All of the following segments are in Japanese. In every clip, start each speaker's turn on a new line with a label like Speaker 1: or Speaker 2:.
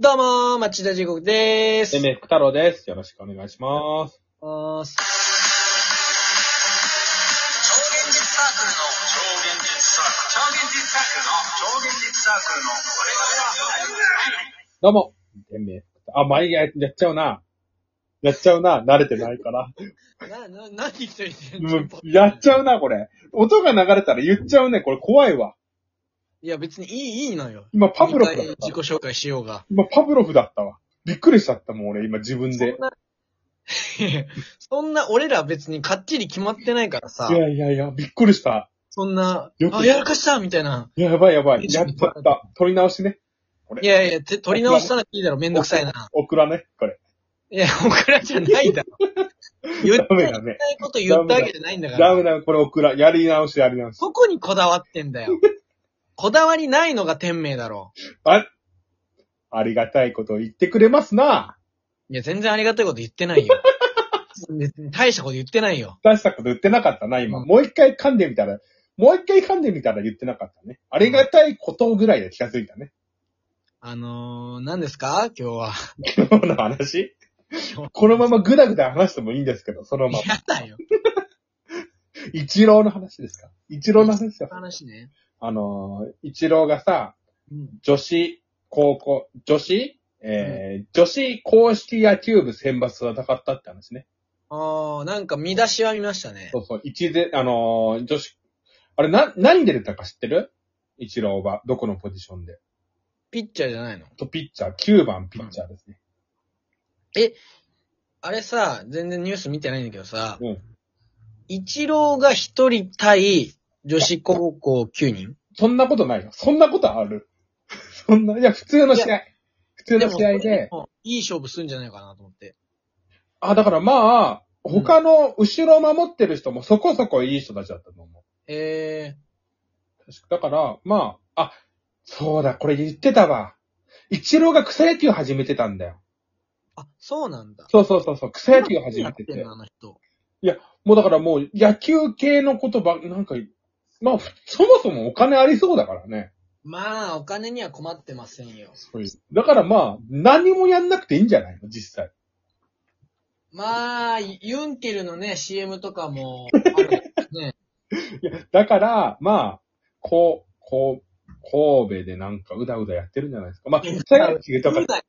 Speaker 1: どうもー、町田地獄でーす。
Speaker 2: MF 太郎です。よろしくお願いします。
Speaker 1: あーす
Speaker 3: 超現実サークルの超現実サークル超現実サークルの超現実サークルの我々は
Speaker 2: どうも、MF 太あ、毎回やっちゃうな。やっちゃうな。慣れてないから。
Speaker 1: な、な、何一人で
Speaker 2: もうやっちゃうな、これ。音が流れたら言っちゃうね。これ怖いわ。
Speaker 1: いや、別にいい、いいのよ。
Speaker 2: 今パブロフだ
Speaker 1: 一
Speaker 2: っ
Speaker 1: 回
Speaker 2: た
Speaker 1: 自己。紹介しようが。
Speaker 2: 今パブロフだったわ。びっくりしちゃったもん、俺。今自分
Speaker 1: そ
Speaker 2: で。
Speaker 1: んな そんな、俺ら別にかっちり決まってないからさ
Speaker 2: い。やいやいや、びっくりした。
Speaker 1: そんな
Speaker 2: よ、く
Speaker 1: あ、やらかしたみたいな。
Speaker 2: やばいやばい。やっちゃった。取り直しね。
Speaker 1: いやいや、て取り直したらいいだろ、めんどくさいな。
Speaker 2: オクラね、これ。
Speaker 1: いや、オクラじゃないだろ。言っ
Speaker 2: ダ
Speaker 1: た
Speaker 2: メ
Speaker 1: 言
Speaker 2: だ
Speaker 1: い
Speaker 2: ね。
Speaker 1: たいこと言ったわけじゃないんだか
Speaker 2: ダメ
Speaker 1: ら。
Speaker 2: だ、これオクラ。やり直し、やり直し。
Speaker 1: どこにこだわってんだよ。こだわりないのが天命だろ。
Speaker 2: あ、ありがたいことを言ってくれますな。
Speaker 1: いや、全然ありがたいこと言ってないよ。 別に大したこと言ってないよ。
Speaker 2: 出したこと言ってなかったな、今。
Speaker 1: うん
Speaker 2: もう一回噛んでみたら、もう一回噛んでみたら言ってなかったね。ありがたいことぐらいで気がついたね。
Speaker 1: あのー、何ですか今日は。
Speaker 2: 今日の話。このままぐだぐだ話してもいいんですけど、その まま。
Speaker 1: やだよ。
Speaker 2: 一郎の話ですか一郎の話ですよ。
Speaker 1: 話ね。
Speaker 2: あのー、一郎がさ、
Speaker 1: うん。
Speaker 2: 女子、高校、女子えー女子公式野球部選抜戦ったって話ね。
Speaker 1: あー、なんか見出しは見ましたね
Speaker 2: そ。うそう、一で、あのー女子、あれ、な、何で出たか知ってる一郎は、どこのポジションで。
Speaker 1: ピッチャーじゃないの
Speaker 2: と、ピッチャー、9番ピッチャーですね。
Speaker 1: あれさ、全然ニュース見てないんだけどさ、
Speaker 2: うん
Speaker 1: 一郎が一人対女子高校9人
Speaker 2: そんなことないよ。そんなことある。そんな、いや、普通の試合。普通の試合で。
Speaker 1: もいい勝負するんじゃないかなと思って。
Speaker 2: あ、だからまあ、他の後ろを守ってる人もそこそこいい人たちだったと思
Speaker 1: え
Speaker 2: う。確かだから、まあ、あ、そうだ、これ言ってたわ。一郎が草野球始めてたんだよ。
Speaker 1: ー、あ、そうなんだ。
Speaker 2: そうそうそうそう、草野球始めて
Speaker 1: 何やってん
Speaker 2: て
Speaker 1: の。あの人。
Speaker 2: もうだからもう野球系のことば、なんか、まあ、そもそもお金ありそうだからね。
Speaker 1: まあ、お金には困ってませんよ。
Speaker 2: だからまあ、何もやんなくていいんじゃないの実際。
Speaker 1: まあ、ユンケルのね、CM とかも、ある。ね。
Speaker 2: いや、だから、まあ、こう、こう、神戸でなんかうだうだやってるんじゃないですか。まあ、草野球とか
Speaker 1: ぐ、だ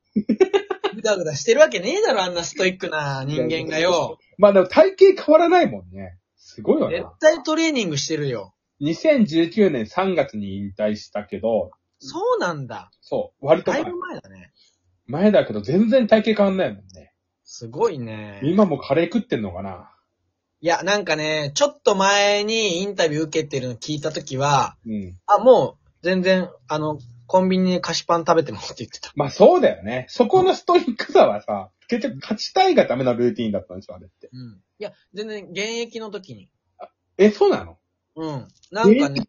Speaker 1: ぐだぐだしてるわけねえだろ、あんなストイックな人間がよ。
Speaker 2: まあでも体型変わらないもんね。すごいよ
Speaker 1: 絶
Speaker 2: な。
Speaker 1: 対トレーニングしてるよ。
Speaker 2: 2019年3月に引退したけど、
Speaker 1: そうなんだ。
Speaker 2: そう、割と
Speaker 1: だい
Speaker 2: 前
Speaker 1: ぶ前だね。
Speaker 2: 前だけど全然体型変わんないもんね。
Speaker 1: すごいね。
Speaker 2: 今もうカレー食ってんのかない
Speaker 1: や、なんかね、ちょっと前にインタビュー受けてるの聞いたときは、
Speaker 2: うん。
Speaker 1: あ、もう、全然、あの、コンビニで菓子パン食べてますって言ってた。
Speaker 2: まあそうだよね。そこのストイックさはさ、結局勝ちたいがためのルーティンだったんですよ、あれって。
Speaker 1: うん。いや、全然現役の時に。
Speaker 2: え、そうなの
Speaker 1: うん。なんかね、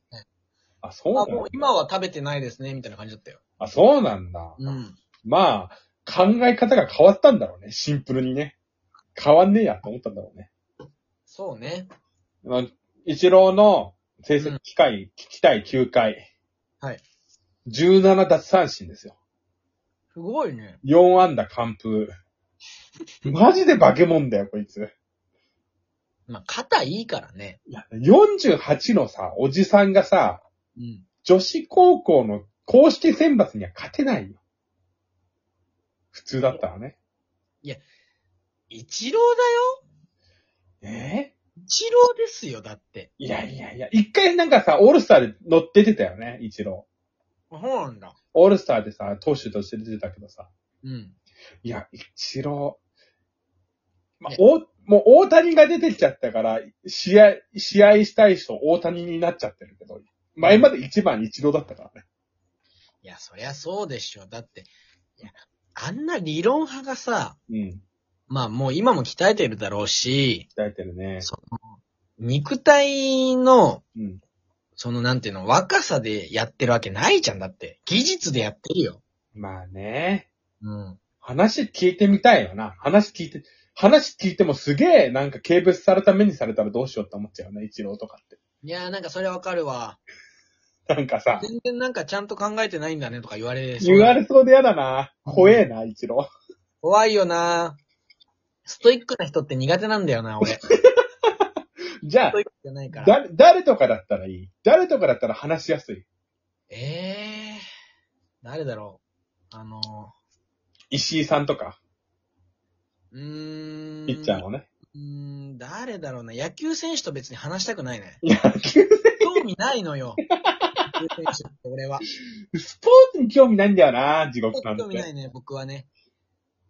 Speaker 2: あ、そうな
Speaker 1: あ、
Speaker 2: の
Speaker 1: もう今は食べてないですね、みたいな感じだったよ。
Speaker 2: あ、そうなんだ。
Speaker 1: うん。
Speaker 2: まあ、考え方が変わったんだろうね。シンプルにね。変わんねえやと思ったんだろうね。
Speaker 1: そうね。
Speaker 2: まあ、一郎の成績機会、聞きたい9回。
Speaker 1: はい。
Speaker 2: 17奪三振ですよ。
Speaker 1: すごいね。
Speaker 2: 4安打完封。マジで化け物だよ、こいつ。
Speaker 1: まあ、肩いいからね。
Speaker 2: いや48のさ、おじさんがさ、
Speaker 1: うん。
Speaker 2: 女子高校の公式選抜には勝てないよ。普通だったらね。
Speaker 1: 一郎だよ
Speaker 2: え
Speaker 1: 一郎ですよ、だって。
Speaker 2: ーいやいやいや、一回なんかさ、オールスターで乗っててたよね、一郎。
Speaker 1: そうなんだ。
Speaker 2: オールスターでさ、投手として出てたけどさ。
Speaker 1: うん。
Speaker 2: いや、一郎。まあ
Speaker 1: ね、
Speaker 2: お、もう大谷が出てきちゃったから、試合、試合したい人大谷になっちゃってるけど、前まで一番一郎だったからね。
Speaker 1: いや、そりゃそうでしょ。だって、いや、あんな理論派がさ、
Speaker 2: うん。
Speaker 1: まあもう今も鍛えてるだろうし、
Speaker 2: 鍛えてるね。
Speaker 1: その、肉体の、
Speaker 2: うん。
Speaker 1: そのなんていうの、若さでやってるわけないじゃん、だって。技術でやってるよ。
Speaker 2: まあね。
Speaker 1: うん。
Speaker 2: 話聞いてみたいよな。話聞いて、話聞いてもすげえなんか軽蔑された目にされたらどうしようって思っちゃうよね、一郎とかって。
Speaker 1: いやーなんかそれわかるわ。
Speaker 2: なんかさ、
Speaker 1: 全然なんかちゃんと考えてないんだねとか言われそう
Speaker 2: 言われそうで嫌だな。怖えな、一郎。
Speaker 1: 怖いよなストイックな人って苦手なんだよな、俺。ス
Speaker 2: じゃあ
Speaker 1: ト、イックじゃないから。
Speaker 2: だ、誰とかだったらいい誰とかだったら話しやすい
Speaker 1: ええー、誰だろう。あの、
Speaker 2: 石井さんとか、
Speaker 1: うーん。
Speaker 2: ピッチャーのね。
Speaker 1: うーん、誰だろうな。野球選手と別に話したくないね。
Speaker 2: 野球、
Speaker 1: 興味ないの よ。野球選手って俺は。
Speaker 2: スポーツに興味ないんだよな、地獄なん
Speaker 1: 興味な
Speaker 2: て。
Speaker 1: いね、僕はね。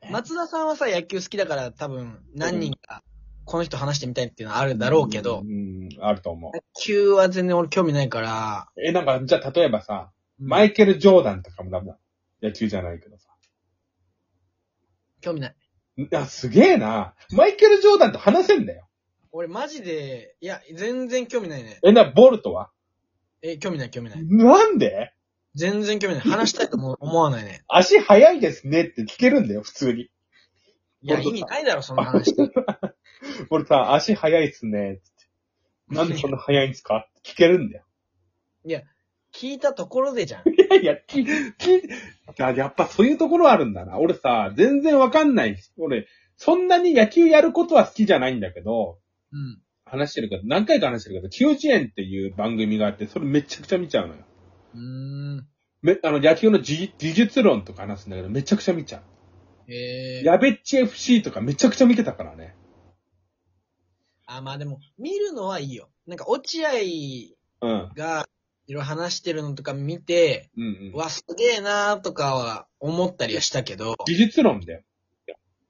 Speaker 1: 松田さんはさ、野球好きだから多分何人か、この人話してみたいっていうのはあるだろうけど
Speaker 2: う、ん、あると思う。
Speaker 1: 野球は全然俺興味ないから、
Speaker 2: え、なんか、じゃあ例えばさ、マイケル・ジョーダンとかもダメだ。野球じゃないけどさ。
Speaker 1: 興味ない。
Speaker 2: いや、すげえな。マイケル・ジョーダンと話せんだよ。
Speaker 1: 俺マジで、いや、全然興味ないね。
Speaker 2: え、な、ボルトは
Speaker 1: え、興味ない興味ない。
Speaker 2: なんで
Speaker 1: 全然興味ない。話したいとも思わないね。
Speaker 2: 足速いですねって聞けるんだよ、普通に。
Speaker 1: いや、
Speaker 2: 本当
Speaker 1: 意
Speaker 2: だ
Speaker 1: 味ないだろ、その 話。
Speaker 2: ボルトさん、足速いっすねって。なんでそんな速いんですかって聞けるんだよ。
Speaker 1: 聞いたところでじゃん。
Speaker 2: いやいや、き、き、だやっぱそういうところあるんだな。俺さ、全然わかんない。俺、そんなに野球やることは好きじゃないんだけど、
Speaker 1: うん。
Speaker 2: 話してるけど、何回か話してるけど、90円っていう番組があって、それめちゃくちゃ見ちゃうのよ。
Speaker 1: うーん。
Speaker 2: め、あの、野球のじ技術論とか話すんだけど、めちゃくちゃ見ちゃう。
Speaker 1: えー。
Speaker 2: やべっち FC とかめちゃくちゃ見てたからね。
Speaker 1: あ、まあでも、見るのはいいよ。なんか、落合
Speaker 2: うん。
Speaker 1: が、いろいろ話してるのとか見て、
Speaker 2: うんうん。
Speaker 1: わ、すげえなーとかは思ったりはしたけど、
Speaker 2: 技術論だよ。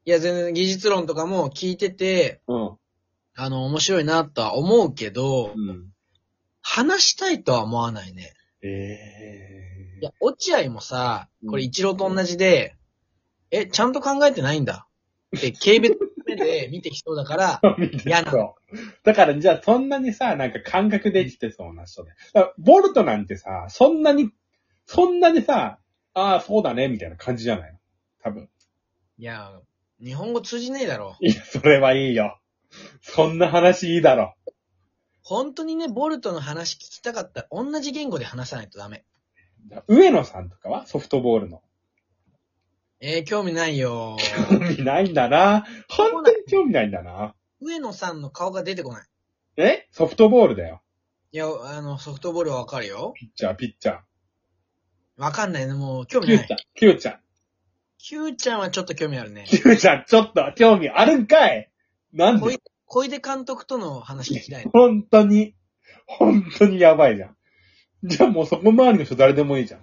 Speaker 1: いや、全然技術論とかも聞いてて、
Speaker 2: うん。
Speaker 1: あの、面白いなとは思うけど、
Speaker 2: うん。
Speaker 1: 話したいとは思わないね。
Speaker 2: え
Speaker 1: い
Speaker 2: え
Speaker 1: や、落合もさ、これ
Speaker 2: うん
Speaker 1: 一郎と同じで、え、ちゃんと考えてないんだ。って、軽蔑目で 見てきそうだから、
Speaker 2: ー。見て
Speaker 1: 嫌な
Speaker 2: そう。だから、じゃあそんなにさ、なんか感覚できてそうな人で。だからボルトなんてさ、そんなに、そんなにさ、ああ、そうだね、みたいな感じじゃないの多分。
Speaker 1: いや、日本語通じねえだろ。
Speaker 2: いや、それはいいよ。そんな話いいだろ。
Speaker 1: 本当にね、ボルトの話聞きたかったら、同じ言語で話さないとダメ。
Speaker 2: 上野さんとかはソフトボールの。
Speaker 1: えー、興味ない よ
Speaker 2: 興味ないんだな。本当に興味ないんだな。
Speaker 1: 上野さんの顔が出てこない。
Speaker 2: えソフトボールだよ。
Speaker 1: いや、あの、ソフトボールはわかるよ。
Speaker 2: ピッチャー、ピッチャー。
Speaker 1: わかんないね、もう興味
Speaker 2: キュ
Speaker 1: な
Speaker 2: ーちゃ
Speaker 1: い。
Speaker 2: ん、キューちゃん。
Speaker 1: キューちゃんはちょっと興味あるね。
Speaker 2: キューちゃん、ちょっと興味あるんかいなん
Speaker 1: 小
Speaker 2: で
Speaker 1: 出小出監督との話聞きたい。
Speaker 2: 本当に、本当にやばいじゃん。じゃあもうそこ周りの人誰でもいいじゃん。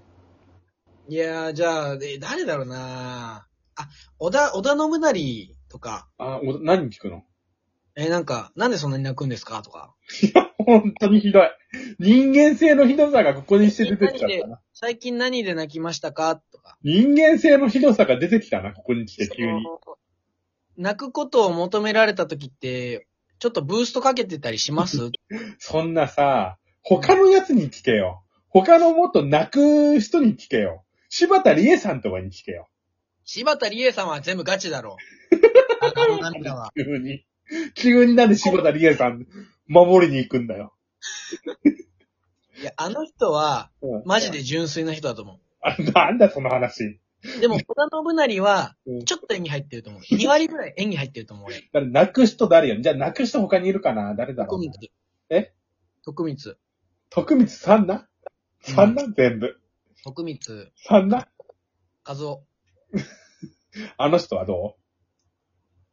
Speaker 1: いやー、じゃあ、え誰だろうなあ、小田、小田信成とか、
Speaker 2: あ、お何聞くの
Speaker 1: えーなんか、なんでそんなに泣くんですかとか。
Speaker 2: 本当にひどい。人間性のひどさがここにして出てきちゃったな。
Speaker 1: 最近何で泣きましたかとか。
Speaker 2: 人間性のひどさが出てきたな、ここに来て急に。
Speaker 1: その泣くことを求められた時って、ちょっとブーストかけてたりします
Speaker 2: そんなさ、他のやつに聞けよ。他のもっと泣く人に聞けよ。柴田理恵さんとかに聞けよ。
Speaker 1: 柴田理恵さんは全部ガチだろう。あの涙は。
Speaker 2: 急に。急になんで柴田理恵さん守りに行くんだよ。
Speaker 1: いや、あの人は、
Speaker 2: うん
Speaker 1: マジで純粋な人だと思
Speaker 2: あなんだその話。
Speaker 1: う。でも、小田信成は
Speaker 2: うん、
Speaker 1: ちょっと演技入ってると思う。2割ぐらい演技入ってると 思う、俺。
Speaker 2: だから泣く人誰よじゃあ泣く人他にいるかな誰だろ
Speaker 1: 徳
Speaker 2: うな
Speaker 1: 光。
Speaker 2: え
Speaker 1: 徳光。
Speaker 2: 徳光さんなさんな全部。
Speaker 1: 徳光、
Speaker 2: さんな
Speaker 1: 和夫。
Speaker 2: あの人はど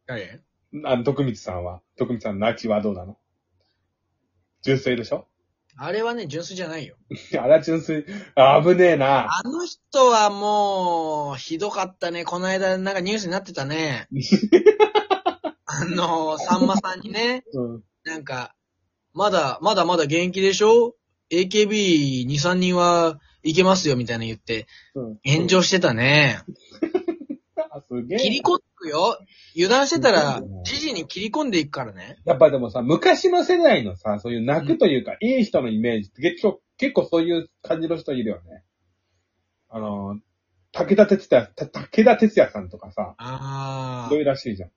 Speaker 1: 誰
Speaker 2: うあの、徳光さんは。徳光さんの泣きはどうなの純粋でしょ
Speaker 1: あれはね、純粋じゃないよ。
Speaker 2: あれは純粋。あ危ねえな。
Speaker 1: あの人はもう、ひどかったね。この間、なんかニュースになってたね。あの、さんまさんにね、
Speaker 2: うん。
Speaker 1: なんか、まだ、まだまだ現役でしょ ?AKB2、3人はいけますよ、みたいな言って、
Speaker 2: うん
Speaker 1: 炎上してたね。
Speaker 2: あすげ
Speaker 1: 切り
Speaker 2: え。
Speaker 1: 込んでくよ。油断してたら、時事に切り込んでいくからね。
Speaker 2: やっぱでもさ、昔の世代のさ、そういう泣くというか、いい人のイメージって結構、結構そういう感じの人いるよね。あの、武田鉄矢、た武田鉄矢さんとかさ、
Speaker 1: あ
Speaker 2: すごいらしいじゃん。
Speaker 1: ー。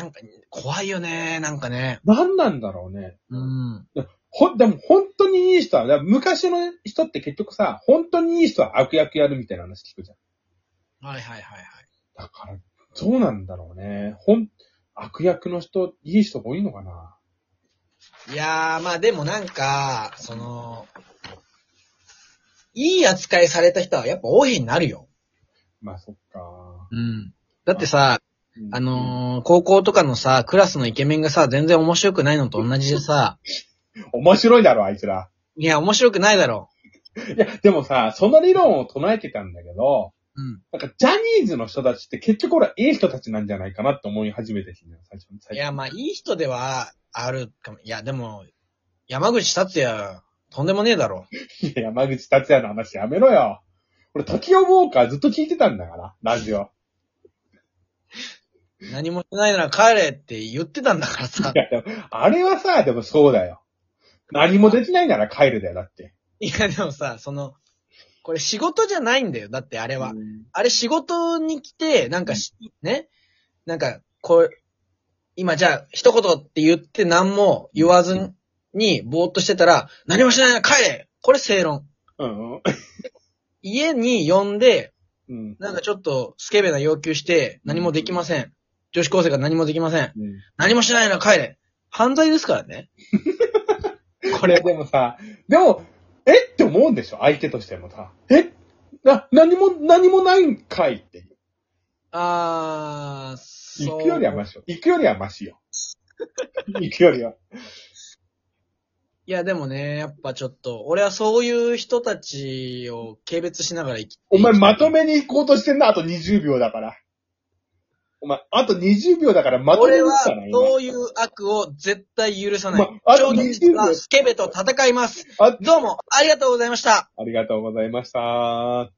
Speaker 1: なんか、怖いよね、なんかね。
Speaker 2: なんなんだろうね。
Speaker 1: うん。
Speaker 2: ほん、でも本当にいい人は、だから昔の人って結局さ、本当にいい人は悪役やるみたいな話聞くじゃん。
Speaker 1: はいはいはいはい。
Speaker 2: だから、そうなんだろうね。ほん、悪役の人、いい人も多いのかない
Speaker 1: やー、まあでもなんか、その、いい扱いされた人はやっぱ王妃になるよ。
Speaker 2: まあそっか。
Speaker 1: うん。だってさ、
Speaker 2: うん
Speaker 1: あ、のー高校とかのさ、クラスのイケメンがさ、全然面白くないのと同じでさ、
Speaker 2: 面白いだろ、あいつら。
Speaker 1: いや、面白くないだろ
Speaker 2: いや、でもさ、その理論を唱えてたんだけど、
Speaker 1: う。うん。
Speaker 2: なんかジャニーズの人たちって結局俺はいい人たちなんじゃないかなって思い始めてきてね、最初に。
Speaker 1: い
Speaker 2: 最初
Speaker 1: や、まあ、いい人ではあるかも。いや、でも、山口達也、とんでもねえだろ。
Speaker 2: いや山口達也の話やめろよ。俺、時をウォーカーずっと聞いてたんだから、ラジオ。
Speaker 1: 何もしないなら帰れって言ってたんだからさ
Speaker 2: い。や、でも、あれはさ、でもそうだよ。何もできないなら帰るだよ、だって。
Speaker 1: いや、でもさ、その、これ仕事じゃないんだよ。だってあれは。
Speaker 2: うん
Speaker 1: あれ仕事に来て、なんかし、ね、なんか、こう、今じゃあ、一言って言って何も言わずに、ぼーっとしてたら、何もしないな、帰れこれ正論。
Speaker 2: うん。
Speaker 1: 家に呼んで、
Speaker 2: うん。
Speaker 1: なんかちょっと、スケベな要求して、何もできません。女子高生が何もできません。
Speaker 2: うん
Speaker 1: 何もしないな、帰れ犯罪ですから ね。
Speaker 2: これでもさ、でも、えって思うんでしょ相手としてもさ。えな、何も、何もないんかいって。
Speaker 1: あー、そう。
Speaker 2: 行くよりはマシよ。行くよりはマシよ。行くよりは。
Speaker 1: いや、でもね、やっぱちょっと、俺はそういう人たちを軽蔑しながら生きて。
Speaker 2: お前まとめに行こうとしてんな、あと20秒だから。お前、あと20秒だからまとめ
Speaker 1: 俺
Speaker 2: に行
Speaker 1: は
Speaker 2: くから、、今。
Speaker 1: そういう悪を絶対許さな
Speaker 2: ま
Speaker 1: い。
Speaker 2: ああ
Speaker 1: 超人
Speaker 2: 20秒
Speaker 1: はスケベと戦います
Speaker 2: あ。
Speaker 1: どうも、ありがとうございました。
Speaker 2: ありがとうございました。